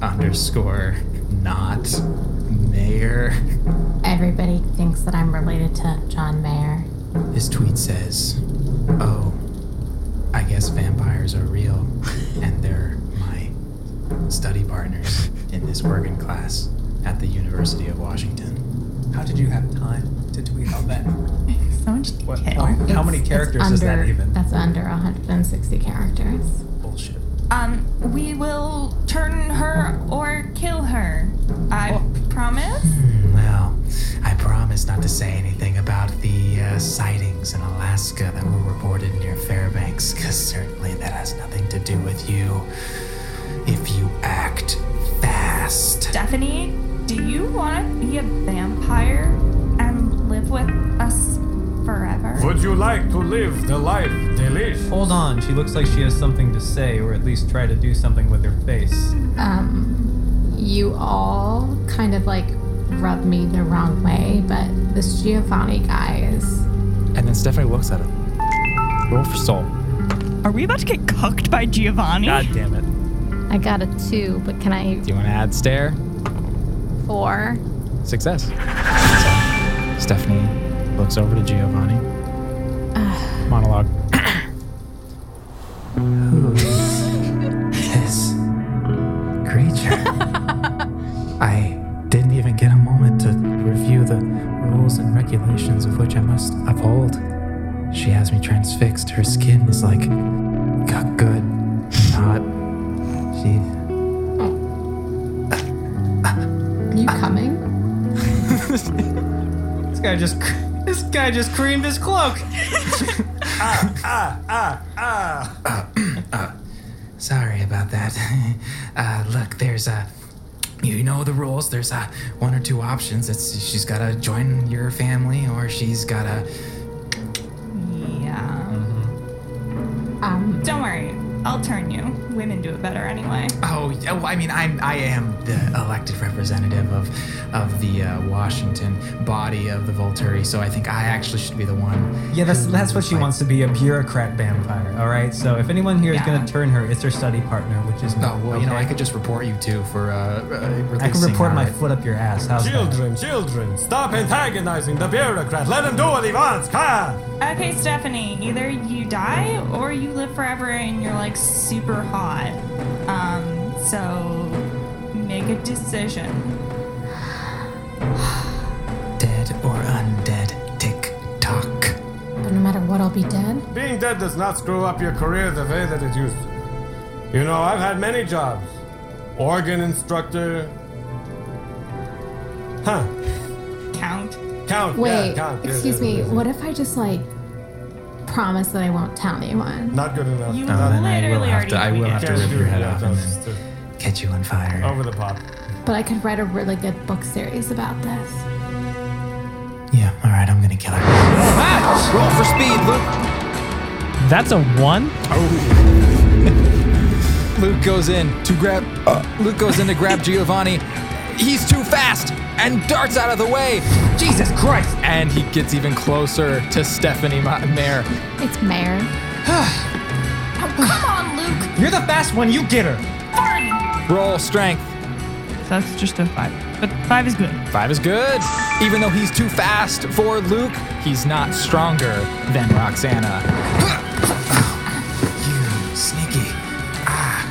Speaker 16: underscore not Mayer.
Speaker 4: Everybody thinks that I'm related to John Mayer.
Speaker 16: His tweet says, Oh, I guess vampires are real, and they're my study partners in this working class at the University of Washington.
Speaker 9: How did you have time to tweet all that?
Speaker 10: So much
Speaker 9: What-
Speaker 10: detail.
Speaker 9: how, how many
Speaker 4: It's-
Speaker 9: characters
Speaker 4: it's
Speaker 9: is that
Speaker 4: under-
Speaker 9: even?
Speaker 4: That's under 160 characters.
Speaker 16: Bullshit.
Speaker 10: Um, we will turn her or kill her. I promise.
Speaker 16: Well, I promise not to say anything about the uh, sightings in Alaska that were reported near Fairbanks, because certainly that has nothing to do with you. If you act fast.
Speaker 10: Stephanie, do you want to be a vampire and live with us forever?
Speaker 7: Would you like to live the life they live?
Speaker 9: Hold on, she looks like she has something to say, or at least try to do something with her face.
Speaker 4: Um, you all kind of like rubbed me the wrong way, but this Giovanni guy is.
Speaker 3: And then Stephanie looks at him. Roll for soul.
Speaker 6: Are we about to get cucked by Giovanni?
Speaker 3: God damn it.
Speaker 4: I got a two, but can I
Speaker 3: Do you want to add stare?
Speaker 4: four?
Speaker 3: Success. So, Stephanie looks over to Giovanni. Monologue.
Speaker 16: this creature. I didn't even get a moment to review the rules and regulations of which I must uphold. She has me transfixed. Her skin is like got good, hot. She.
Speaker 4: You coming?
Speaker 9: This guy just this guy just creamed his cloak.
Speaker 16: Ah, ah, ah. sorry about that. uh, look, there's a. You know the rules. There's a one or two options. It's she's gotta join your family, or she's gotta.
Speaker 10: Yeah.
Speaker 4: Um,
Speaker 10: Don't worry, I'll turn you. Women do it better anyway.
Speaker 16: Oh, yeah, well, I mean, I'm I am the elected representative of of the uh, Washington body of the Volturi, so I think I actually should be the one.
Speaker 9: Yeah, that's that's what she wants to be a bureaucrat vampire. All right, so if anyone here is gonna turn her, it's her study partner, which is
Speaker 16: Oh well, you know, I could just report you too for uh, uh releasing.
Speaker 9: I can report
Speaker 16: our-
Speaker 9: my foot up your ass. How's that?
Speaker 7: Children, children, stop antagonizing the bureaucrat. Let him do what he wants. Come.
Speaker 10: Okay, Stephanie, either you die or you live forever and you're like super hot. Um, so make a decision.
Speaker 16: dead or undead. Tick tock.
Speaker 4: But no matter what, I'll be dead.
Speaker 7: Being dead does not screw up your career the way that it used to. You know, I've had many jobs. Organ instructor. Huh.
Speaker 10: Count.
Speaker 7: Count.
Speaker 4: Wait,
Speaker 7: yeah, count. Yes,
Speaker 4: excuse
Speaker 7: yes,
Speaker 4: me.
Speaker 7: yes, yes.
Speaker 4: What if I just like promise that I won't tell anyone?
Speaker 7: Not good enough.
Speaker 16: No, Oh, then Uh, I will have to. I will have to
Speaker 7: Can't
Speaker 16: rip
Speaker 7: do
Speaker 16: your
Speaker 7: it,
Speaker 16: head
Speaker 7: yeah,
Speaker 16: off and
Speaker 7: don't-
Speaker 16: then catch you on fire.
Speaker 3: Oh.
Speaker 7: Over the pop.
Speaker 4: But I could write a really good book series about this.
Speaker 16: Yeah. All right, I'm gonna kill her.
Speaker 3: Ah! Roll for speed, Luke.
Speaker 5: That's a one.
Speaker 3: uh, Luke goes in to grab. Luke goes in to grab Giovanni, He's too fast and darts out of the way. Jesus Christ! And he gets even closer to Stephanie Mayer.
Speaker 4: It's Mare.
Speaker 10: come on, Luke.
Speaker 9: You're the fast one. You get her.
Speaker 3: Roll strength.
Speaker 6: That's just a five. But five is good.
Speaker 3: Five is good. Even though he's too fast for Luke, he's not stronger than Roxana.
Speaker 16: You sneaky. Ah,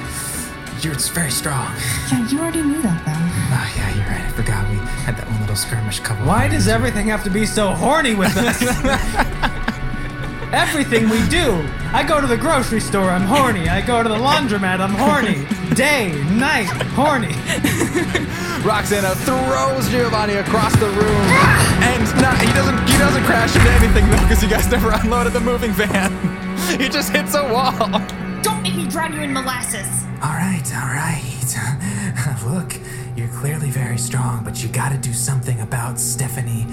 Speaker 16: you're very strong.
Speaker 6: Yeah, you already knew that, though.
Speaker 16: Oh, yeah, you're right. I forgot we had that one little skirmish couple.
Speaker 9: Why does everything have to be so horny with us? everything we do. I go to the grocery store, I'm horny. I go to the laundromat, I'm horny. Day, night, horny.
Speaker 3: Roxana throws Giovanni across the room,
Speaker 16: Ah!
Speaker 3: and not, he doesn't he doesn't crash into anything though because you guys never unloaded the moving van. He just hits a wall.
Speaker 10: Don't make me drown you in molasses.
Speaker 16: All right, all right. Look, you're clearly very strong, but you gotta do something about Stephanie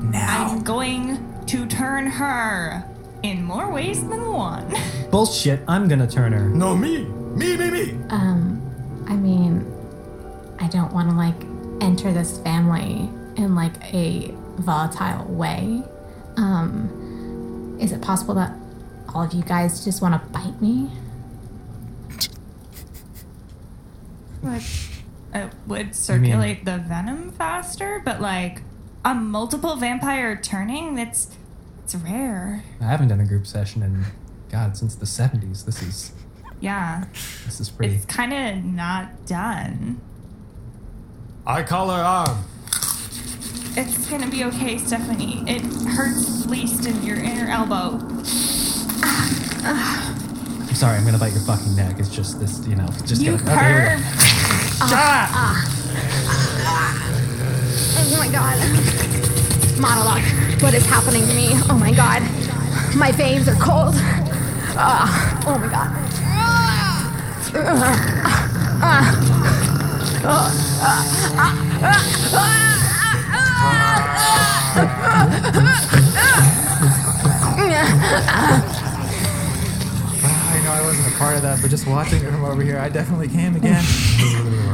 Speaker 16: now.
Speaker 10: I'm going to turn her in more ways than one.
Speaker 9: Bullshit, I'm gonna turn her.
Speaker 7: No, me. Me, me, me.
Speaker 4: Um, I mean, I don't want to like enter this family in like a volatile way. Um, is it possible that all of you guys just want to bite me?
Speaker 10: Like, it Uh, would circulate the venom faster, but like a multiple vampire turning, that's it's rare.
Speaker 14: I haven't done a group session in God since the '70s. This is
Speaker 10: Yeah,
Speaker 14: this is pretty.
Speaker 10: it's kind of not done.
Speaker 7: I call her arm.
Speaker 10: It's gonna be okay, Stephanie. It hurts least in your inner elbow.
Speaker 14: I'm sorry. I'm gonna bite your fucking neck. It's just this, you know, just
Speaker 10: you
Speaker 14: gotta- okay, here we
Speaker 10: curve. Uh-huh.
Speaker 15: Oh my god. Monologue. What is happening to me? Oh my god. My veins are cold. Ah, oh my god. Ah, ah, ah, ah, ah,
Speaker 16: Ah, I know I wasn't a part of that, but just watching it from over here, I definitely came again.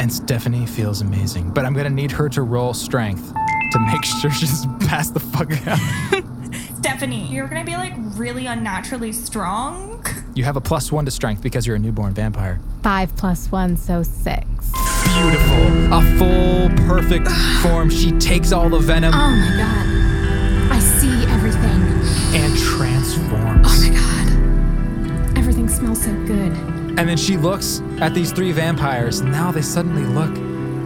Speaker 3: And Stephanie feels amazing, but I'm gonna need her to roll strength to make sure she's past the fuck out.
Speaker 10: Stephanie, you're gonna be like really unnaturally strong.
Speaker 3: You have a plus one to strength because you're a newborn vampire.
Speaker 4: Five plus one, so six.
Speaker 3: Beautiful, a full, perfect form. She takes all the venom
Speaker 15: Oh my god. I see everything.
Speaker 3: and transforms.
Speaker 15: Oh my god. Everything smells so good.
Speaker 3: And then she looks at these three vampires. and Now they suddenly look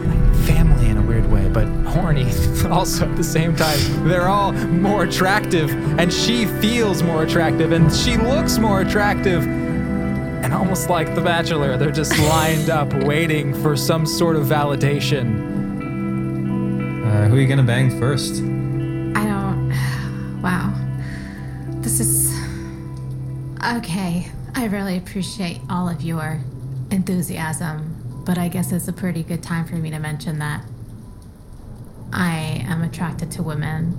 Speaker 3: like family in a weird way, but horny also at the same time. They're all more attractive, and she feels more attractive, and she looks more attractive. And almost like The Bachelor, they're just lined up waiting for some sort of validation.
Speaker 14: Uh, who are you gonna bang first?
Speaker 4: I don't. Wow. This is. Okay. I really appreciate all of your enthusiasm, but I guess it's a pretty good time for me to mention that I am attracted to women.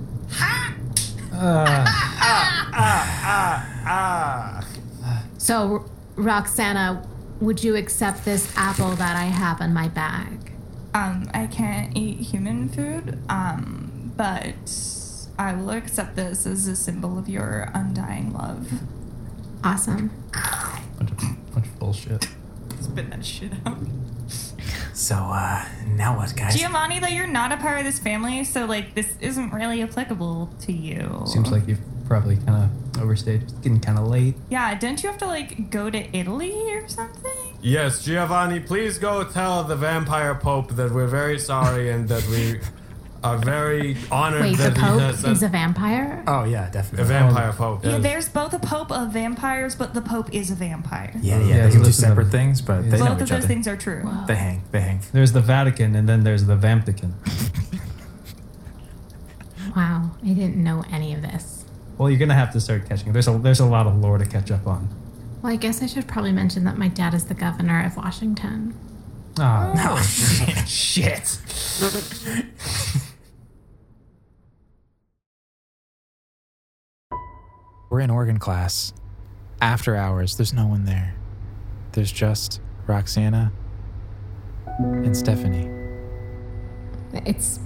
Speaker 7: Ah.
Speaker 4: So, Roxana, would you accept this apple that I have in my bag?
Speaker 10: Um, I can't eat human food, um, but I will accept this as a symbol of your undying love.
Speaker 4: Awesome.
Speaker 14: Bunch of, bunch of bullshit.
Speaker 10: Spit that shit out.
Speaker 16: So, uh, now what, guys?
Speaker 10: Giovanni, though you're not a part of this family, so like this isn't really applicable to you.
Speaker 14: Seems like you've probably kind of overstayed. It's getting kind of late.
Speaker 10: Yeah, don't you have to like go to Italy or something?
Speaker 7: Yes, Giovanni, please go tell the vampire pope that we're very sorry and that we are very honored
Speaker 4: Wait, the
Speaker 7: that he
Speaker 4: Pope
Speaker 7: has a,
Speaker 4: is a vampire?
Speaker 16: Oh, yeah, definitely.
Speaker 7: a vampire pope.
Speaker 10: Yeah, there's both a pope of vampires, but the pope is a vampire.
Speaker 16: Yeah, yeah,
Speaker 14: Yeah,
Speaker 16: those
Speaker 14: he lives
Speaker 16: are two
Speaker 14: in the-
Speaker 16: separate things, but they
Speaker 10: Both
Speaker 16: know
Speaker 10: of
Speaker 16: each
Speaker 10: those
Speaker 16: other.
Speaker 10: things are true.
Speaker 16: They hang, they hang.
Speaker 14: There's the Vatican, and then there's the Vamptican.
Speaker 4: Wow. I didn't know any of this.
Speaker 14: Well, you're gonna have to start catching. There's a there's a lot of lore to catch up on.
Speaker 4: Well, I guess I should probably mention that my dad is the governor of Washington.
Speaker 14: Ah,
Speaker 16: Oh, shit. shit.
Speaker 3: We're in organ class. After hours, there's no one there. There's just Roxana
Speaker 16: and Stephanie.
Speaker 4: It's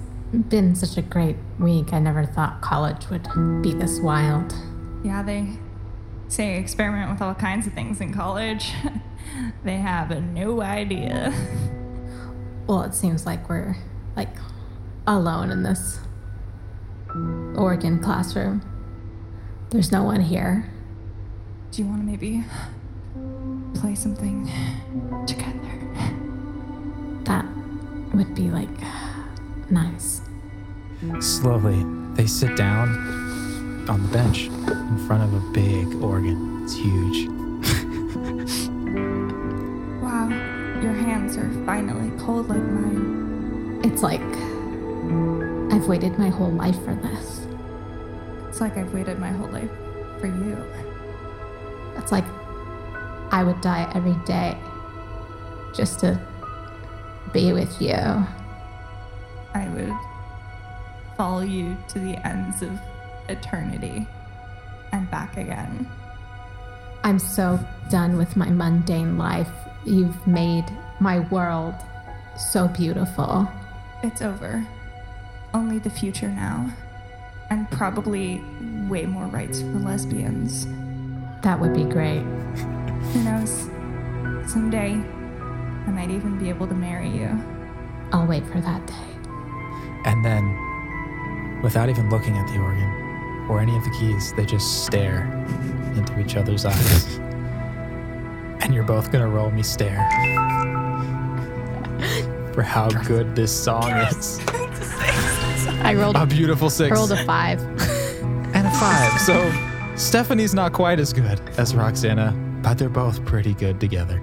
Speaker 4: been such a great week. I never thought college would be this wild.
Speaker 10: Yeah, they say experiment with all kinds of things in college. they have no idea.
Speaker 4: Well, it seems like we're like alone in this Oregon classroom. There's no one here.
Speaker 10: Do you want to maybe play something together?
Speaker 4: That would be like nice.
Speaker 16: Slowly, they sit down on the bench in front of a big organ. It's huge.
Speaker 10: Wow, your hands are finally cold like mine.
Speaker 4: It's like I've waited my whole life for this.
Speaker 10: It's like I've waited my whole life for you.
Speaker 4: It's like I would die every day just to be with you.
Speaker 10: I would follow you to the ends of eternity and back again.
Speaker 4: I'm so done with my mundane life. You've made my world so beautiful.
Speaker 10: It's over. Only the future now. And probably way more rights for lesbians.
Speaker 4: That would be great.
Speaker 10: Who knows? Someday, I might even be able to marry you.
Speaker 4: I'll wait for that day.
Speaker 16: And then, without even looking at the organ or any of the keys, they just stare into each other's eyes. And you're both gonna roll me stare for how good this song is.
Speaker 4: I rolled
Speaker 2: a beautiful six.
Speaker 4: rolled a five.
Speaker 16: and a five. So Stephanie's not quite as good as Roxana, but they're both pretty good together.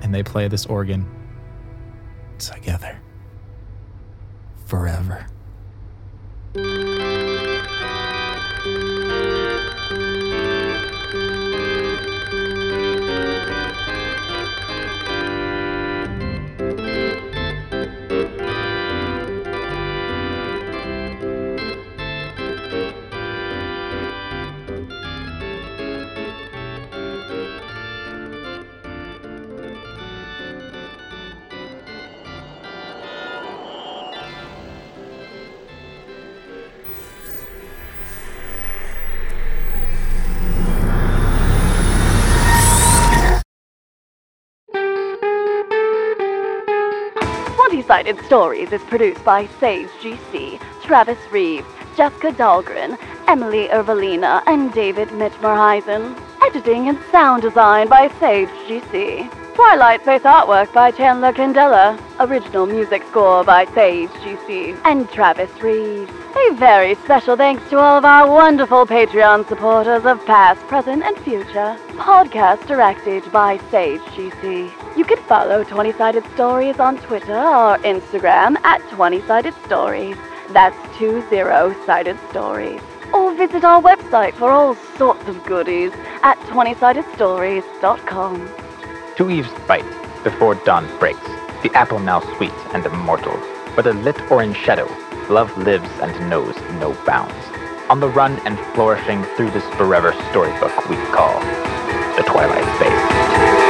Speaker 16: And they play this organ together forever.
Speaker 1: Twenty Sided Stories is produced by Sage GC, Travis Reeves, Jessica Dahlgren, Emily Ervelina, and David Mitmerheisen. Editing and sound design by Sage GC. Twilight Face artwork by Chandler Candela. Original music score by Sage GC and Travis Reeves. A very special thanks to all of our wonderful Patreon supporters of past, present, and future. Podcast directed by Sage GC. You can follow 20 Sided Stories on Twitter or Instagram at 20 Sided Stories. That's 20 Sided Stories. Or visit our website for all sorts of goodies at 20sidedstories.com.
Speaker 2: Two eves bite before dawn breaks. The apple now sweet and immortal, but a lit orange shadow. Love lives and knows no bounds. On the run and flourishing through this forever storybook we call the Twilight Space.